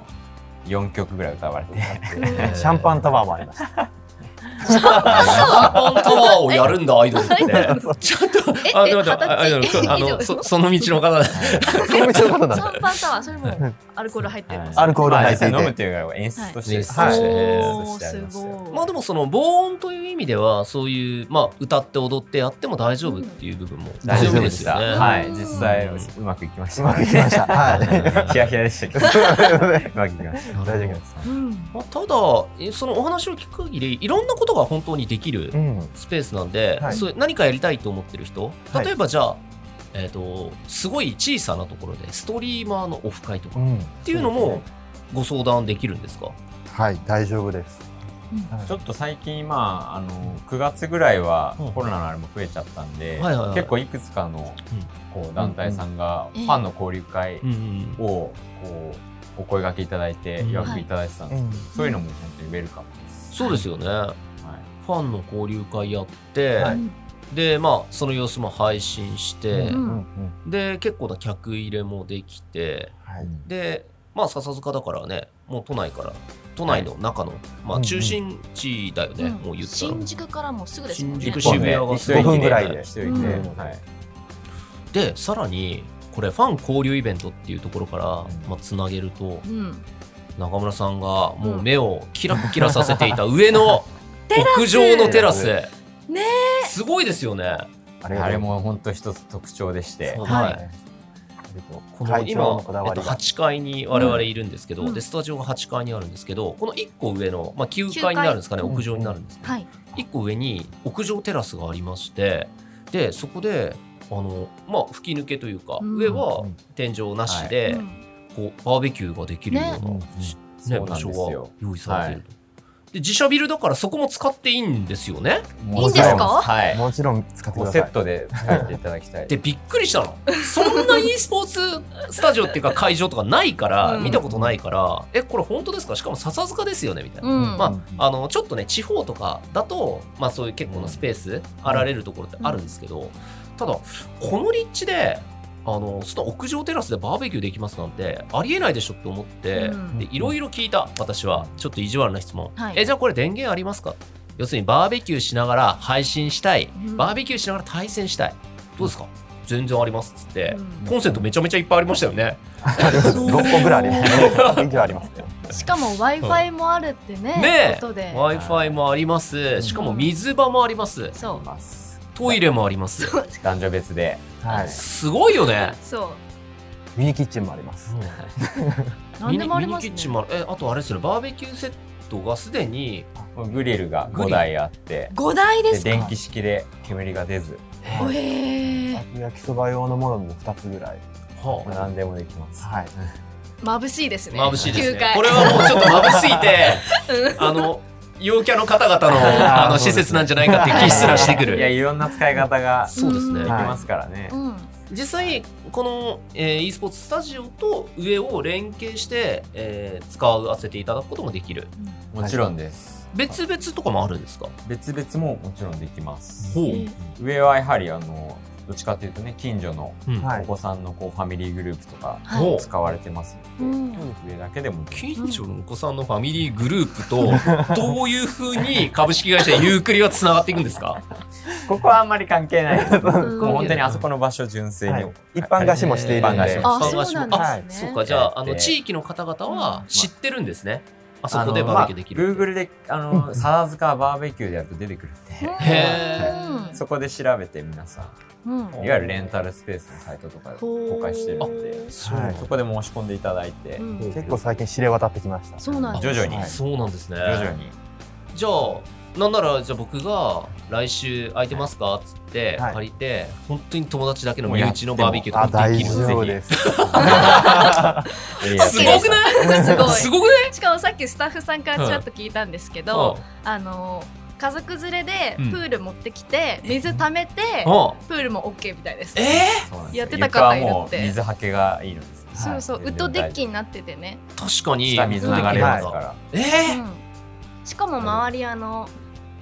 [SPEAKER 3] 4曲ぐらい歌われて
[SPEAKER 1] ね
[SPEAKER 4] シャンパンタワーもありました。
[SPEAKER 1] シャンパンタワーをやるんだ、アイドルって。ちょっと、
[SPEAKER 2] え
[SPEAKER 1] あ、でも、
[SPEAKER 2] え形
[SPEAKER 1] アイドル、あ
[SPEAKER 2] 以上
[SPEAKER 1] の、そその道の方だ。
[SPEAKER 4] そういうことなん
[SPEAKER 2] シ
[SPEAKER 4] だ。
[SPEAKER 2] ャンパンタワーそれもアルコール入ってます
[SPEAKER 4] アルコール入っていて
[SPEAKER 3] まあ実際飲むというか演出として、
[SPEAKER 1] はい
[SPEAKER 4] はい
[SPEAKER 1] お
[SPEAKER 2] おーすご い
[SPEAKER 1] まあ、でも、その防音という意味では、そういう、まあ、歌って踊ってやっても大丈夫っていう部分も。
[SPEAKER 3] 大丈夫で
[SPEAKER 1] 強み
[SPEAKER 3] した、
[SPEAKER 1] よね。
[SPEAKER 3] は
[SPEAKER 2] う
[SPEAKER 3] い
[SPEAKER 2] ん
[SPEAKER 3] 実際うまくいきまし
[SPEAKER 4] う
[SPEAKER 3] た
[SPEAKER 4] まくいきました。は い。
[SPEAKER 3] ヒヤヒヤでしたけどうまくいきまし
[SPEAKER 1] なる
[SPEAKER 3] た
[SPEAKER 1] ほど
[SPEAKER 4] 大丈夫です。
[SPEAKER 2] うん
[SPEAKER 1] まあ、ただえそのお話を聞く限りいろんなことが本当にでき る
[SPEAKER 4] うん。
[SPEAKER 1] スペースなんで、
[SPEAKER 4] はい
[SPEAKER 1] そういう何かやりたいと思ってる人
[SPEAKER 4] はい
[SPEAKER 1] 例えばじゃあ、えー、とすごい小さなところでストリーマーのオフ会とか
[SPEAKER 4] うん。
[SPEAKER 1] っていうのもご相談できるんですか
[SPEAKER 4] はい、大丈夫です。はい
[SPEAKER 3] ちょっと最近まああの9月ぐらいは
[SPEAKER 1] うん
[SPEAKER 3] コロナのあれも増えちゃったんで、
[SPEAKER 1] はいはいはい
[SPEAKER 3] 結構いくつかの
[SPEAKER 1] うん
[SPEAKER 3] こう団体さんが
[SPEAKER 2] う
[SPEAKER 3] フ
[SPEAKER 2] ん
[SPEAKER 3] ァンの交流会
[SPEAKER 1] うんうん
[SPEAKER 3] をこうお声掛けいただいて
[SPEAKER 1] うん
[SPEAKER 3] 予約いただいてたんですけど、そういうのも本当にウェルカムです。
[SPEAKER 1] そうですよね、
[SPEAKER 3] はい
[SPEAKER 1] ファンの交流会やって、
[SPEAKER 4] はい
[SPEAKER 2] うん
[SPEAKER 1] でまあその様子も配信して、
[SPEAKER 4] うんんうん。
[SPEAKER 1] で結構な客入れもできて
[SPEAKER 4] はい。
[SPEAKER 1] でまあ笹塚だからねもう都内から都内の中の、ま
[SPEAKER 4] う
[SPEAKER 1] あ
[SPEAKER 4] ん
[SPEAKER 1] 中心地だよね、もう言ったら
[SPEAKER 2] 新宿からもすぐですもんね
[SPEAKER 1] 新宿
[SPEAKER 3] 一本
[SPEAKER 1] 渋
[SPEAKER 3] で
[SPEAKER 1] 谷が
[SPEAKER 3] 一駅
[SPEAKER 4] 五分ぐらいで
[SPEAKER 3] 一駅で、
[SPEAKER 2] うん
[SPEAKER 3] はい
[SPEAKER 1] でさらにこれファン交流イベントっていうところから、
[SPEAKER 4] うん
[SPEAKER 1] まあ、つなげると
[SPEAKER 2] うん
[SPEAKER 1] 中村さんがもううん目をキラキラさせて いた上の屋上のテラス
[SPEAKER 4] ね
[SPEAKER 1] すごいですよね、
[SPEAKER 4] あ
[SPEAKER 3] あれも本当一つ特徴でして
[SPEAKER 1] そう、
[SPEAKER 2] はい
[SPEAKER 1] はいこ
[SPEAKER 4] こ
[SPEAKER 1] の
[SPEAKER 4] の
[SPEAKER 1] 今、
[SPEAKER 4] 今のこだ
[SPEAKER 1] えっ
[SPEAKER 4] わ
[SPEAKER 1] と、
[SPEAKER 4] りが。
[SPEAKER 1] 8階に我々いるんですけど、
[SPEAKER 2] うん
[SPEAKER 1] でスタジオが8階にあるんですけどこの1個上の、まあ、9階になるんですかね
[SPEAKER 4] 9階
[SPEAKER 1] 屋上になるんですけど、
[SPEAKER 2] はい
[SPEAKER 1] 1個上に屋上テラスがありましてでそこであの、まあ、吹き抜けというか、
[SPEAKER 2] うん
[SPEAKER 1] 上は天井なしで、
[SPEAKER 2] うん
[SPEAKER 1] こうバーベキューができるような、
[SPEAKER 4] ね
[SPEAKER 1] し
[SPEAKER 3] うん
[SPEAKER 1] ね
[SPEAKER 3] そ
[SPEAKER 1] 場
[SPEAKER 3] うなんです
[SPEAKER 1] 所
[SPEAKER 3] よ
[SPEAKER 1] が用意されていると、で自社ビルだからそこも使っていいんですよね
[SPEAKER 2] いいんですか
[SPEAKER 3] はい
[SPEAKER 4] もちろん使って
[SPEAKER 3] もう
[SPEAKER 4] くだ
[SPEAKER 3] セ
[SPEAKER 4] さ
[SPEAKER 3] ッ
[SPEAKER 4] い。
[SPEAKER 3] トで使っていただきたい
[SPEAKER 1] でびっくりしたのそんな e スポーツスタジオっていうか会場とかないから、
[SPEAKER 2] うん
[SPEAKER 1] 見たことないからえこれ本当ですかしかも笹塚ですよねみたいな、
[SPEAKER 2] うん
[SPEAKER 1] まあ、あのちょっとね地方とかだと、まあ、そういう結構なスペースあられるところってあるんですけど、ただこの立地であのその屋上テラスでバーベキューできますなんてありえないでしょって思って、
[SPEAKER 2] うん
[SPEAKER 1] でいろいろ聞いた私はちょっと意地悪な質問、
[SPEAKER 2] はい
[SPEAKER 1] えじゃあこれ電源ありますか要するにバーベキューしながら配信したい、
[SPEAKER 2] うん
[SPEAKER 1] バーベキューしながら対戦したいどうですか全然ありますっつって、
[SPEAKER 2] うん
[SPEAKER 1] コンセントめちゃめちゃいっぱいありましたよね。
[SPEAKER 4] 六個ぐらいあります。六個以上ありますね。
[SPEAKER 2] しかも w i f i もあるってね
[SPEAKER 1] ねえ
[SPEAKER 2] ことで
[SPEAKER 1] w i f i もありますしかも水場もあります
[SPEAKER 2] そ
[SPEAKER 3] いうます
[SPEAKER 1] トイレもあります
[SPEAKER 3] 男女別で
[SPEAKER 4] はい。
[SPEAKER 1] すごいよね。
[SPEAKER 2] そ
[SPEAKER 4] ミニキッチンもあります。
[SPEAKER 2] う何でもあり
[SPEAKER 1] ミニ
[SPEAKER 2] ます
[SPEAKER 1] キッ
[SPEAKER 2] ね
[SPEAKER 1] チンもあるえあとあれですよねバーベキューセットがすでに
[SPEAKER 3] もうグリルが5台あって
[SPEAKER 2] 5台で
[SPEAKER 3] です
[SPEAKER 2] か
[SPEAKER 3] 電気式で煙が出ず
[SPEAKER 2] おへー
[SPEAKER 4] 焼きそば用のものも二つぐらい。
[SPEAKER 1] はあ
[SPEAKER 3] 何でもできます
[SPEAKER 4] はい。
[SPEAKER 2] 眩しいですね
[SPEAKER 1] 眩しいです
[SPEAKER 2] 9
[SPEAKER 1] ね
[SPEAKER 2] 階
[SPEAKER 1] これはもうちょっと眩しすぎてあの陽キャの方々のあの施設なんじゃないかっていう気すらしてく
[SPEAKER 3] いや
[SPEAKER 1] る
[SPEAKER 3] いろんな使い方がで
[SPEAKER 1] そうですね
[SPEAKER 2] うん
[SPEAKER 3] き
[SPEAKER 4] はい
[SPEAKER 3] ますからね、
[SPEAKER 2] うん
[SPEAKER 1] 実際この、えー e スポーツスタジオと上を連携して、えー使わせていただくこともできる
[SPEAKER 3] もちろんです
[SPEAKER 1] 別々とかもあるんですか
[SPEAKER 3] 別々ももちろんできます
[SPEAKER 1] ほう
[SPEAKER 2] えー
[SPEAKER 3] 上はやはりあのどっちかというとね近所の
[SPEAKER 1] うん
[SPEAKER 4] はい
[SPEAKER 3] お子さんのこうファミリーグループとか
[SPEAKER 2] はい
[SPEAKER 1] ほう
[SPEAKER 3] 使われてます
[SPEAKER 2] う
[SPEAKER 3] の
[SPEAKER 2] ん
[SPEAKER 3] で上だけでも
[SPEAKER 1] 近所のお子さんのファミリーグループと どういうふうに株式会社ゆうくりはつながっていくんですか
[SPEAKER 3] ここはあんまり関係ないですもう本当に
[SPEAKER 1] あ
[SPEAKER 3] あそこの場所純粋に、
[SPEAKER 4] はい一般貸しもしているん
[SPEAKER 3] 一般貸し
[SPEAKER 4] で
[SPEAKER 3] も。
[SPEAKER 2] あ
[SPEAKER 1] あ
[SPEAKER 2] そうなん
[SPEAKER 4] はい
[SPEAKER 2] です
[SPEAKER 1] そ
[SPEAKER 2] ね
[SPEAKER 1] うかじゃああ
[SPEAKER 3] え
[SPEAKER 1] の
[SPEAKER 3] ー
[SPEAKER 1] 地域の方々は知ってるんですね、あそ
[SPEAKER 3] あ
[SPEAKER 1] こ
[SPEAKER 3] の
[SPEAKER 1] でバーベキューできるって、
[SPEAKER 3] まあ、Google であの笹塚バーベキューでやると出てくるんで
[SPEAKER 2] うん
[SPEAKER 1] へ
[SPEAKER 3] そこで調べて皆さ
[SPEAKER 2] うん
[SPEAKER 3] んいわゆるレンタルスペースのサイトとかで公開してるので
[SPEAKER 1] そうなんだ
[SPEAKER 3] そこで申し込んでいただいて、
[SPEAKER 2] うん
[SPEAKER 1] ほう
[SPEAKER 4] 結構最近知れ渡ってきました。
[SPEAKER 2] そうなん
[SPEAKER 1] あ
[SPEAKER 2] です
[SPEAKER 3] 徐々に
[SPEAKER 1] そうなんですね
[SPEAKER 3] 徐々に
[SPEAKER 1] じゃあなんならじゃあ僕が来週空いてますかっつって
[SPEAKER 4] はい
[SPEAKER 1] 借りて本当に友達だけの
[SPEAKER 3] もう
[SPEAKER 1] 身
[SPEAKER 3] やっても
[SPEAKER 1] 内のバーベキュー
[SPEAKER 4] あ
[SPEAKER 1] とかで
[SPEAKER 4] 大
[SPEAKER 1] きる
[SPEAKER 4] 丈夫です。
[SPEAKER 3] いや
[SPEAKER 2] すごくない？すごい。
[SPEAKER 1] すごくね
[SPEAKER 2] しかもさっきスタッフさんからちらっと聞いたんですけど、あの家族連れで
[SPEAKER 1] うん
[SPEAKER 2] プール持ってきて、水溜めて、プールも OK みたいです。
[SPEAKER 1] え
[SPEAKER 3] そうなんですよ
[SPEAKER 2] やってた方いるって
[SPEAKER 3] 床はもう水はけがいいのです。
[SPEAKER 2] そうそう、
[SPEAKER 3] はい
[SPEAKER 2] ウッドデッキになっててね。
[SPEAKER 1] ー、確かに
[SPEAKER 3] 下水流れますから。
[SPEAKER 1] えー
[SPEAKER 2] うんしかも周りあの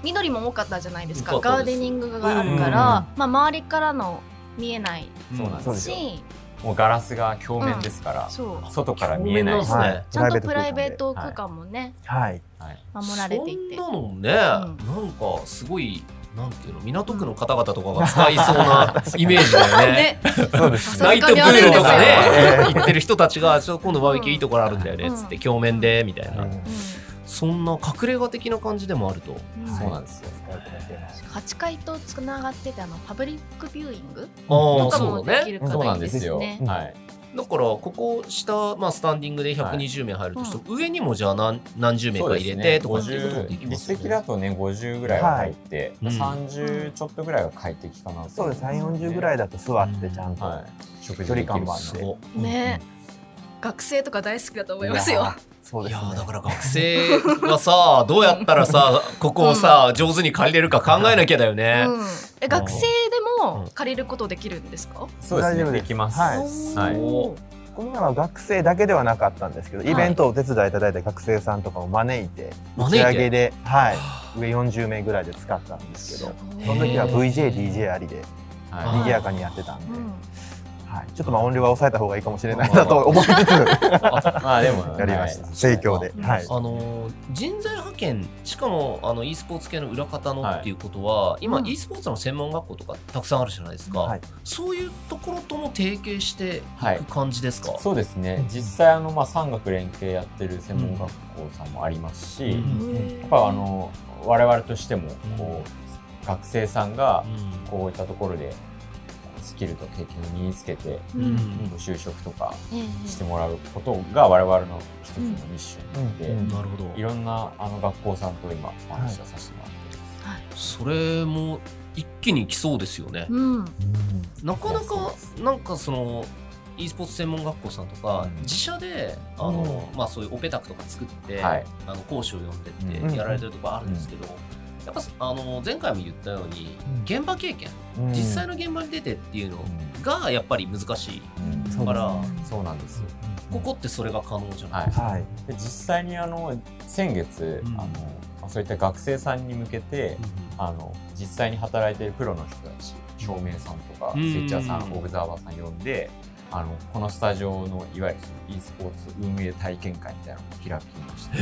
[SPEAKER 2] 緑も多かったじゃないですか。
[SPEAKER 1] 多かっ
[SPEAKER 2] ガ
[SPEAKER 1] た
[SPEAKER 2] ー
[SPEAKER 1] です
[SPEAKER 2] デニングがあるから、まあ周りからの見えない
[SPEAKER 3] そうなん
[SPEAKER 4] そ
[SPEAKER 3] で。
[SPEAKER 4] うですすよ。
[SPEAKER 2] し、
[SPEAKER 3] もうガラスが鏡面ですから、
[SPEAKER 2] そう。
[SPEAKER 3] 外から見えない
[SPEAKER 1] 表面なんですね
[SPEAKER 4] はい。
[SPEAKER 2] ちゃんとプライベート
[SPEAKER 3] プ
[SPEAKER 2] 空
[SPEAKER 3] ライベート空間で
[SPEAKER 2] 間もね、
[SPEAKER 4] はい。
[SPEAKER 3] はい
[SPEAKER 2] 守られていて
[SPEAKER 1] そんなのね、なんかすごいなんていうの港区の方々とかが使いそう
[SPEAKER 4] うん
[SPEAKER 1] なイメージだよね
[SPEAKER 2] ね
[SPEAKER 4] そうです
[SPEAKER 2] さ
[SPEAKER 4] ね。
[SPEAKER 1] ナイトプールとか
[SPEAKER 4] さすがにあるんです
[SPEAKER 1] ね
[SPEAKER 4] よ
[SPEAKER 1] 行ってる人たちがちょっと今度バーベキューいいところあるんだよね
[SPEAKER 2] うん
[SPEAKER 1] つって鏡面でみたいな、
[SPEAKER 4] うん
[SPEAKER 1] そんな隠れ家的な感じでもあると
[SPEAKER 2] うん
[SPEAKER 3] そうなんですよ。
[SPEAKER 2] 8階とつながっててあのパブリックビューイング
[SPEAKER 1] あ
[SPEAKER 2] と
[SPEAKER 1] あ
[SPEAKER 2] か
[SPEAKER 1] そ
[SPEAKER 2] も
[SPEAKER 1] う
[SPEAKER 2] で
[SPEAKER 1] だ
[SPEAKER 2] き
[SPEAKER 1] ね
[SPEAKER 2] るか
[SPEAKER 3] そう
[SPEAKER 2] ら
[SPEAKER 3] ないん
[SPEAKER 2] い
[SPEAKER 3] で
[SPEAKER 2] ですす
[SPEAKER 3] よ。
[SPEAKER 2] ね。
[SPEAKER 3] はい。
[SPEAKER 1] だからここ下、まあ、スタンディングで120名入るとして、上にもじゃあ何何十名か入れてとかっていうこともでき
[SPEAKER 3] 実
[SPEAKER 1] ますよ
[SPEAKER 3] 績
[SPEAKER 1] ね
[SPEAKER 3] だとね50ぐらいは入って、
[SPEAKER 1] はい
[SPEAKER 3] 30ちょっとぐらいが快適かなと
[SPEAKER 4] そう
[SPEAKER 3] 思ん
[SPEAKER 4] です。
[SPEAKER 3] よ
[SPEAKER 4] 三
[SPEAKER 3] ね
[SPEAKER 4] 四十ぐらいだと座ってちゃんと。
[SPEAKER 3] はい食
[SPEAKER 4] 距離感もある
[SPEAKER 1] す
[SPEAKER 4] ね
[SPEAKER 1] ごい
[SPEAKER 2] ね学生とか大好きだと思います
[SPEAKER 4] い
[SPEAKER 2] よ
[SPEAKER 4] や。そう
[SPEAKER 1] い
[SPEAKER 4] です
[SPEAKER 1] や
[SPEAKER 4] ね。
[SPEAKER 1] ーだから学生はさどうやったらさここをさ上手に借りれるか考えなきゃだよね。
[SPEAKER 2] うんえ学生で
[SPEAKER 1] うん
[SPEAKER 2] も借りることできるんですか？
[SPEAKER 3] そうです
[SPEAKER 4] 大丈夫
[SPEAKER 3] ね
[SPEAKER 4] です
[SPEAKER 3] できます
[SPEAKER 4] はい
[SPEAKER 3] はい
[SPEAKER 2] おー
[SPEAKER 4] この前は学生だけではなかったんですけど、
[SPEAKER 2] はい
[SPEAKER 4] イベントをお手伝いいただいた学生さんとかを招いて、打
[SPEAKER 1] 招い
[SPEAKER 4] ち
[SPEAKER 1] て
[SPEAKER 4] 上げで、はい、上40名ぐらいで使ったんですけど、その時は
[SPEAKER 1] へー
[SPEAKER 4] VJ、DJ ありで、
[SPEAKER 3] はい
[SPEAKER 1] あ
[SPEAKER 4] 賑やかにやってたん
[SPEAKER 2] う
[SPEAKER 4] で、
[SPEAKER 2] ん
[SPEAKER 4] はい、ちょっとまあ音量は抑えた方がいいかもしれないなと思いつつ、
[SPEAKER 3] まあでも
[SPEAKER 4] やりました。
[SPEAKER 3] はい
[SPEAKER 4] 盛況で。はい。
[SPEAKER 1] あのー人材派遣しかもあの e スポーツ系の裏方のっていうことは、今、
[SPEAKER 2] うん
[SPEAKER 1] e スポーツの専門学校とかたくさんあるじゃないですか、
[SPEAKER 4] はい
[SPEAKER 1] そういうところとも提携してい
[SPEAKER 3] はい
[SPEAKER 1] く感じですか、
[SPEAKER 3] そうですね実際あのまあ産学連携やってる専門学校さんもありますし、
[SPEAKER 1] うん
[SPEAKER 3] や
[SPEAKER 1] うん
[SPEAKER 3] っぱあの我々としてもこう学生さんが
[SPEAKER 1] うん
[SPEAKER 3] こういったところでスキルと経験を身につけて
[SPEAKER 2] うん
[SPEAKER 1] うん
[SPEAKER 3] 就職とか
[SPEAKER 2] ええ
[SPEAKER 3] してもらうことが我々の一つのミッションなので、
[SPEAKER 4] うんうん
[SPEAKER 1] なるほど
[SPEAKER 3] いろんなあの学校さんと今お話をさせてもらって
[SPEAKER 1] それも一気に来そうですよね。
[SPEAKER 2] うん
[SPEAKER 1] なかない
[SPEAKER 3] やそう
[SPEAKER 1] か
[SPEAKER 3] です
[SPEAKER 1] なんかその e スポーツ専門学校さんとか、
[SPEAKER 3] うん
[SPEAKER 1] 自社であの、まあ、そういうオペタクとか作って、
[SPEAKER 3] はい
[SPEAKER 1] あの講師を呼んでっ
[SPEAKER 4] うん
[SPEAKER 1] てやられてるところあるんですけど、やっぱあの前回も言ったように
[SPEAKER 4] うん
[SPEAKER 1] 現場経験、
[SPEAKER 4] うん
[SPEAKER 1] 実際の現場に出てっていうのがやっぱり難しい
[SPEAKER 3] うん
[SPEAKER 4] そ
[SPEAKER 1] だ
[SPEAKER 4] う
[SPEAKER 1] から、
[SPEAKER 3] そうなんですよ
[SPEAKER 1] ここってそれが可能じゃない
[SPEAKER 3] はい
[SPEAKER 4] はい。
[SPEAKER 3] で実際にあの先月、
[SPEAKER 1] うん
[SPEAKER 3] あのまあそういった学生さんに向けて、あの実際に働いてるプロの人たち照明さんとか、
[SPEAKER 1] うん
[SPEAKER 3] スイッチャーさんオブザーバーさん呼んであのこのスタジオのいわゆるその e スポーツ運営体験会みたいなのを開きました
[SPEAKER 2] へ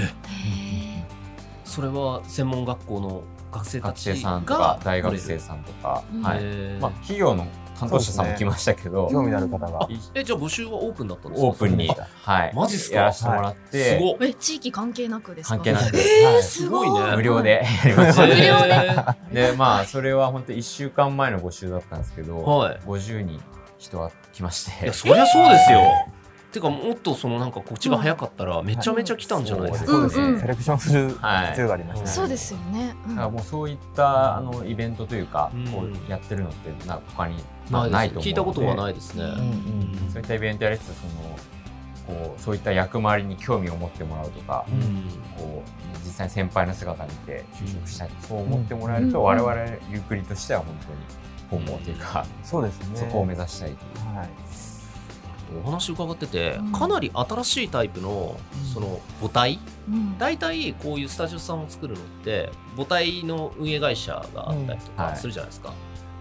[SPEAKER 1] それは専門学校の学生た
[SPEAKER 3] 学
[SPEAKER 1] ち
[SPEAKER 3] 生さんと
[SPEAKER 1] が
[SPEAKER 3] か大学生さんとか、
[SPEAKER 2] うん
[SPEAKER 3] はい
[SPEAKER 1] え
[SPEAKER 3] まあ、企業の担当者さんも来ましたけど、
[SPEAKER 4] 興味のある方が。
[SPEAKER 1] えじゃあ募集はオープンだったんですか
[SPEAKER 3] オープンに、はい、
[SPEAKER 1] マジっすか
[SPEAKER 3] やらせてもらって、
[SPEAKER 1] すごっ
[SPEAKER 2] ええ地域関係なくですか？
[SPEAKER 3] 関係なく
[SPEAKER 2] えー
[SPEAKER 4] は
[SPEAKER 2] すごい
[SPEAKER 1] すごいね
[SPEAKER 3] 無料でやりました
[SPEAKER 2] 無料で
[SPEAKER 1] えー
[SPEAKER 3] でまあそれは本当1週間前の募集だったんですけど、
[SPEAKER 1] はい
[SPEAKER 3] 50人人が来まして
[SPEAKER 1] いやそりゃそうですよ。てかもっとそのなんかこっちが早かったらめちゃめちゃ来たんじゃないですか。
[SPEAKER 2] うん
[SPEAKER 4] い。そうですね。セレクションする
[SPEAKER 3] はい
[SPEAKER 4] 必要がありましたね。
[SPEAKER 2] そうですよね。うん
[SPEAKER 3] だからもうそういったあのイベントというか、
[SPEAKER 1] うん
[SPEAKER 3] こうやってるのってな他にま
[SPEAKER 1] な
[SPEAKER 3] あ
[SPEAKER 1] い
[SPEAKER 3] ない
[SPEAKER 1] です
[SPEAKER 3] と思うので
[SPEAKER 1] 聞いたことはないですね。
[SPEAKER 2] うん
[SPEAKER 1] うん
[SPEAKER 3] そういったイベントやりつつそのこうそういった役回りに興味を持ってもらうとか、こう実際に先輩の姿見て就職したい、そう思ってもらえると、
[SPEAKER 2] うん
[SPEAKER 3] 我々ゆっくりとしては本当に本望というか、
[SPEAKER 4] そうですね。
[SPEAKER 3] そこを目指したいという
[SPEAKER 4] はい。
[SPEAKER 1] お話伺ってて
[SPEAKER 2] うん
[SPEAKER 1] かなり新しいタイプのその母体
[SPEAKER 2] うん
[SPEAKER 1] 大体こういうスタジオさんを作るのって母体の運営会社があったりと
[SPEAKER 3] うんは
[SPEAKER 1] か
[SPEAKER 3] い
[SPEAKER 1] するじゃないですか。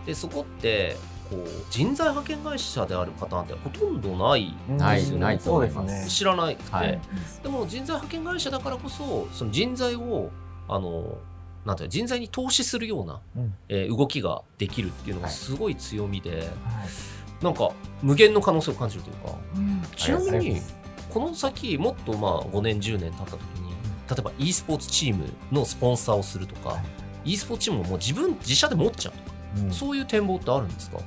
[SPEAKER 1] でそこってこう人材派遣会社であるパターンってほとんどない
[SPEAKER 3] ない
[SPEAKER 1] うん
[SPEAKER 3] ないと思います
[SPEAKER 4] そうですね
[SPEAKER 1] 知らなくて、
[SPEAKER 3] はい
[SPEAKER 1] でも人材派遣会社だからこそその人材をあのなんていうの人材に投資するような、
[SPEAKER 4] うん
[SPEAKER 1] えー動きができるっていうのが
[SPEAKER 3] はい
[SPEAKER 1] すごい強みで、
[SPEAKER 4] はい
[SPEAKER 1] なんか無限の可能性を感じるというか
[SPEAKER 2] うん
[SPEAKER 1] ちなみ
[SPEAKER 3] ありがとうござい
[SPEAKER 1] に
[SPEAKER 3] ます
[SPEAKER 1] この先もっとまあ5年10年経った時に例えば e スポーツチームのスポンサーをするとか、
[SPEAKER 4] は
[SPEAKER 1] e スポーツチームをもう自分自社で持っちゃうとか、
[SPEAKER 3] うん
[SPEAKER 1] そういう展望ってあるんですか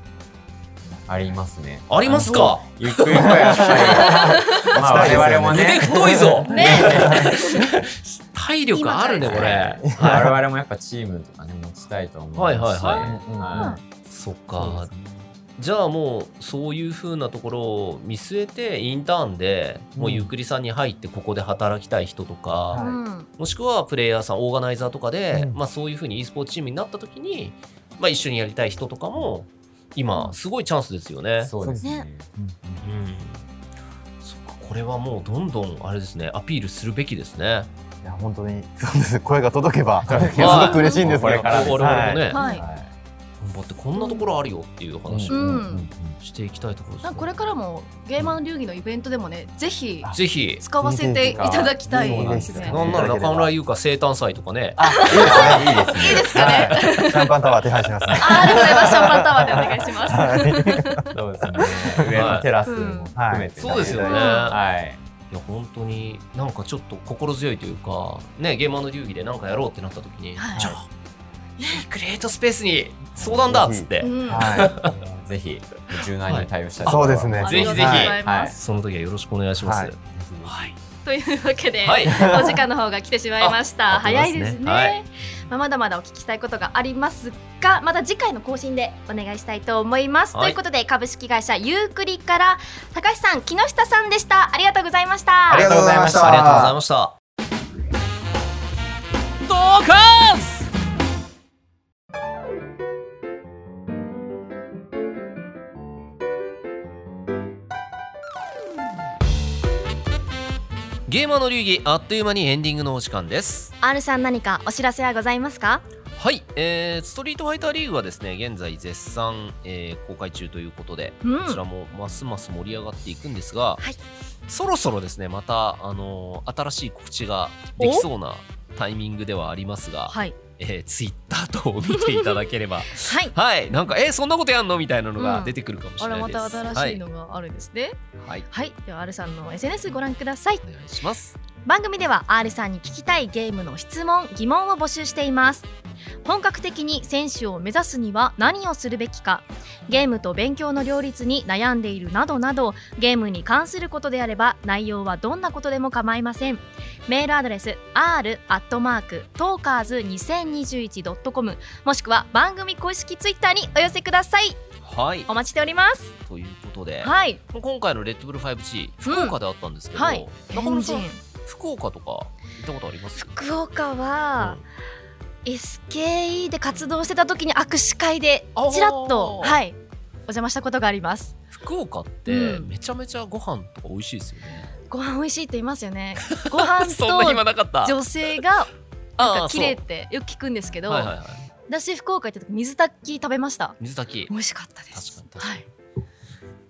[SPEAKER 3] ありますね。
[SPEAKER 1] ありますか
[SPEAKER 3] ゆっく りやってる まあ我々もね
[SPEAKER 1] 腕太いぞ
[SPEAKER 2] ね
[SPEAKER 1] 大体力あるね
[SPEAKER 2] 今
[SPEAKER 1] こ
[SPEAKER 2] か
[SPEAKER 1] れ
[SPEAKER 3] ね我々もやっぱチームとかね持ちたいと思うし
[SPEAKER 1] はいはいはい
[SPEAKER 3] うんうん
[SPEAKER 1] そっ
[SPEAKER 3] そう
[SPEAKER 1] か
[SPEAKER 3] ですね
[SPEAKER 1] じゃあもうそういう風なところを見据えてインターンでもうゆくりさんに入ってここで働きたい人とか、
[SPEAKER 3] は
[SPEAKER 2] うん
[SPEAKER 1] もしくはプレイヤーさんオーガナイザーとかで、
[SPEAKER 4] うん
[SPEAKER 1] まあ、そういう風に e スポーツチームになった時に、まあ、一緒にやりたい人とかも今すごいチャンスですよね。
[SPEAKER 3] そうですね
[SPEAKER 1] うんそっかこれはもうどんどんあれですねアピールするべきですね。
[SPEAKER 4] いや本当にそうです声が届けばいやすごく嬉しいんです
[SPEAKER 3] こ
[SPEAKER 4] け
[SPEAKER 3] れ
[SPEAKER 4] ど
[SPEAKER 3] からです
[SPEAKER 1] 我々もね、頑
[SPEAKER 2] はい
[SPEAKER 3] は
[SPEAKER 1] 張ってこんなところあるよっていう話
[SPEAKER 3] うん
[SPEAKER 1] を
[SPEAKER 2] ん
[SPEAKER 1] していきたいところです、
[SPEAKER 2] なんかこれからもゲーマー流儀のイベントでもねぜひ
[SPEAKER 1] ぜひ
[SPEAKER 2] 使わせていただきたい
[SPEAKER 3] そう
[SPEAKER 2] です
[SPEAKER 3] です
[SPEAKER 2] ね
[SPEAKER 3] ね。
[SPEAKER 1] なんなら中村優香生誕祭とかね。
[SPEAKER 4] あいいですねいいですね
[SPEAKER 2] い
[SPEAKER 4] はいシャンパンタワー手配しますね
[SPEAKER 2] ありがとうございます。シャンパンタワーでお願 いします。
[SPEAKER 3] そう
[SPEAKER 4] はい
[SPEAKER 3] ですね上のテラスも含めて
[SPEAKER 1] そうですよね。
[SPEAKER 3] はい
[SPEAKER 1] いや本当になんかちょっと心強いというか、ね、ゲーマーの流儀で何かやろうってなった時に、
[SPEAKER 2] はい
[SPEAKER 1] じゃあいいクリエイトスペースに相談だっつって、
[SPEAKER 2] うんあ
[SPEAKER 4] いはい
[SPEAKER 3] ぜひ柔軟に対応したい
[SPEAKER 4] そうですね
[SPEAKER 1] ぜひ
[SPEAKER 2] りが
[SPEAKER 1] ぜ
[SPEAKER 2] とう
[SPEAKER 1] ひ
[SPEAKER 2] ございます。
[SPEAKER 1] その時はよろしくお願いします。
[SPEAKER 4] はい
[SPEAKER 1] はい、
[SPEAKER 2] というわけで、
[SPEAKER 1] はい
[SPEAKER 2] お時間の方が来てしまいました。
[SPEAKER 1] ああっという間
[SPEAKER 2] 早
[SPEAKER 1] で
[SPEAKER 2] い
[SPEAKER 1] すね
[SPEAKER 2] ですね。
[SPEAKER 1] はい
[SPEAKER 2] まあ、まだまだお聞きしたいことがありますが、また次回の更新でお願いしたいと思います。
[SPEAKER 1] はい
[SPEAKER 2] ということで、株式会社ユークリから高橋さん、木下さんでした。ありがとうございました。
[SPEAKER 4] ありがとうございました
[SPEAKER 1] ありがとうございました。ドカンスゲーマーの流儀あっという間にエンディングのお時間です。
[SPEAKER 2] R さん、何かお知らせはございますか？
[SPEAKER 1] はい、えーストリートファイターリーグはですね現在絶賛、えー公開中ということで、
[SPEAKER 2] うん
[SPEAKER 1] こちらもますます盛り上がっていくんですが、
[SPEAKER 2] はい
[SPEAKER 1] そろそろですねまた、あのー新しい告知ができそうなタイミングではありますが、
[SPEAKER 2] はい、
[SPEAKER 1] えー、ツイッター等を見ていただければ
[SPEAKER 2] はい。
[SPEAKER 1] はいなんかえーそんなことやんのみたいなの
[SPEAKER 2] う
[SPEAKER 1] が
[SPEAKER 2] ん
[SPEAKER 1] 出てくるかもし
[SPEAKER 2] あ
[SPEAKER 1] れな
[SPEAKER 2] ら
[SPEAKER 1] い
[SPEAKER 2] ま
[SPEAKER 1] です、
[SPEAKER 2] た新しいのがあるんですね。
[SPEAKER 1] はい、はい、
[SPEAKER 2] はい、では R さんの SNS ご覧ください。
[SPEAKER 1] お願いします
[SPEAKER 2] 番組では R さんに聞きたいゲームの質問疑問を募集しています本格的に選手を目指すには何をするべきかゲームと勉強の両立に悩んでいるなどなどゲームに関することであれば内容はどんなことでも構いませんメールアドレス r アットマークトーカーズ 2021.com もしくは番組公式ツイッターにお寄せください
[SPEAKER 1] はい
[SPEAKER 2] お待ちしております
[SPEAKER 1] ということで、
[SPEAKER 2] はい
[SPEAKER 1] 今回のレッドブル 5G 福岡であったんですけど、
[SPEAKER 2] はい
[SPEAKER 1] 中村さん
[SPEAKER 2] 天神
[SPEAKER 1] 福岡とか行ったことあります
[SPEAKER 2] 福岡は、
[SPEAKER 1] うん
[SPEAKER 2] SKE で活動してた時に握手会で
[SPEAKER 1] あー
[SPEAKER 2] ちらっとはいお邪魔したことがあります
[SPEAKER 1] 福岡って
[SPEAKER 2] うん
[SPEAKER 1] めちゃめちゃご飯とか美味しいですよね。
[SPEAKER 2] ご飯美味しいって言います よねご飯
[SPEAKER 1] そんな暇
[SPEAKER 2] と
[SPEAKER 1] なかった。
[SPEAKER 2] 女性がなん
[SPEAKER 1] あ
[SPEAKER 2] か
[SPEAKER 1] あ
[SPEAKER 2] 綺麗ってよく聞くんですけ
[SPEAKER 1] そ
[SPEAKER 2] ど、
[SPEAKER 1] うはいはいはい。
[SPEAKER 2] 私福岡行った時水炊き食べました
[SPEAKER 1] 水炊き
[SPEAKER 2] 美、味しかったです
[SPEAKER 1] 確かに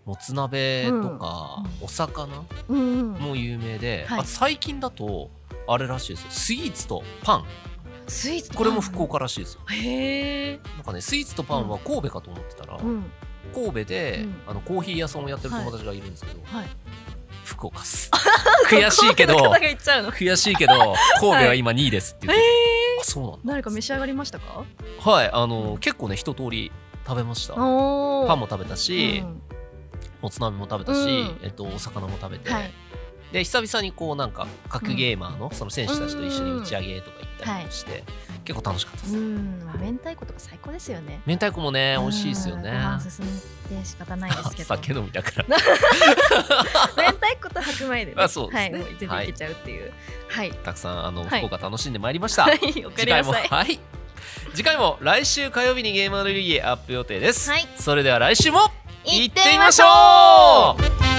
[SPEAKER 1] もつ鍋とか、お魚
[SPEAKER 2] はい、うんうん
[SPEAKER 1] も有名で、
[SPEAKER 2] はい
[SPEAKER 1] あと最近だとあれらしいですよ。スイーツとパン、
[SPEAKER 2] スイーツと
[SPEAKER 1] これも福岡らしいですよ。
[SPEAKER 2] へえ、
[SPEAKER 1] なんかね、スイーツとパンは神戸かと思ってたら、
[SPEAKER 2] うん、
[SPEAKER 1] 神戸で、
[SPEAKER 2] うん
[SPEAKER 1] あのコーヒー屋さんをやってる友達がいるんですけど、
[SPEAKER 2] はい
[SPEAKER 1] 福岡っ す。悔しいけど
[SPEAKER 2] 神戸の方が言っちゃ うの
[SPEAKER 1] 悔しいけど、神戸は今2位ですって
[SPEAKER 2] へ
[SPEAKER 1] 言っ
[SPEAKER 2] え
[SPEAKER 1] て、あそうなんだ。
[SPEAKER 2] 誰か召し上がりましたか
[SPEAKER 1] はい、あの結構ね一通り食べました。パ
[SPEAKER 2] おー
[SPEAKER 1] ンも食べたし、もつ鍋も食べたし、
[SPEAKER 2] うん
[SPEAKER 1] えっとお魚も食べて、
[SPEAKER 2] はい
[SPEAKER 1] で久々にこうなんか各ゲーマーのその選手たちと一緒に打ち上げとか行ったりもして、結構楽しかったで
[SPEAKER 2] う
[SPEAKER 1] す。
[SPEAKER 2] んまあ明太子とか最高ですよね
[SPEAKER 1] 明太子もね美味しいですよね
[SPEAKER 2] うん。ご飯進んで仕方ないですけど。
[SPEAKER 1] 酒飲みだから。
[SPEAKER 2] 明太子と白米で、
[SPEAKER 1] あそうですね
[SPEAKER 2] はい、もう全然いけちゃうっていう。はい。
[SPEAKER 1] たくさんあの
[SPEAKER 2] はい
[SPEAKER 1] 福岡楽しんでまいりました。
[SPEAKER 2] はい、おかえ
[SPEAKER 1] 次
[SPEAKER 2] り
[SPEAKER 1] 回
[SPEAKER 2] な
[SPEAKER 1] も
[SPEAKER 2] さい。
[SPEAKER 1] はい。次回も来週火曜日にゲーマーの流儀アップ予定です。
[SPEAKER 2] はい
[SPEAKER 1] それでは来週も
[SPEAKER 2] 行
[SPEAKER 1] 行
[SPEAKER 2] っ
[SPEAKER 1] ってて
[SPEAKER 2] み
[SPEAKER 1] み
[SPEAKER 2] ま
[SPEAKER 1] ま
[SPEAKER 2] し
[SPEAKER 1] し
[SPEAKER 2] ょ
[SPEAKER 1] ょ
[SPEAKER 2] う
[SPEAKER 1] う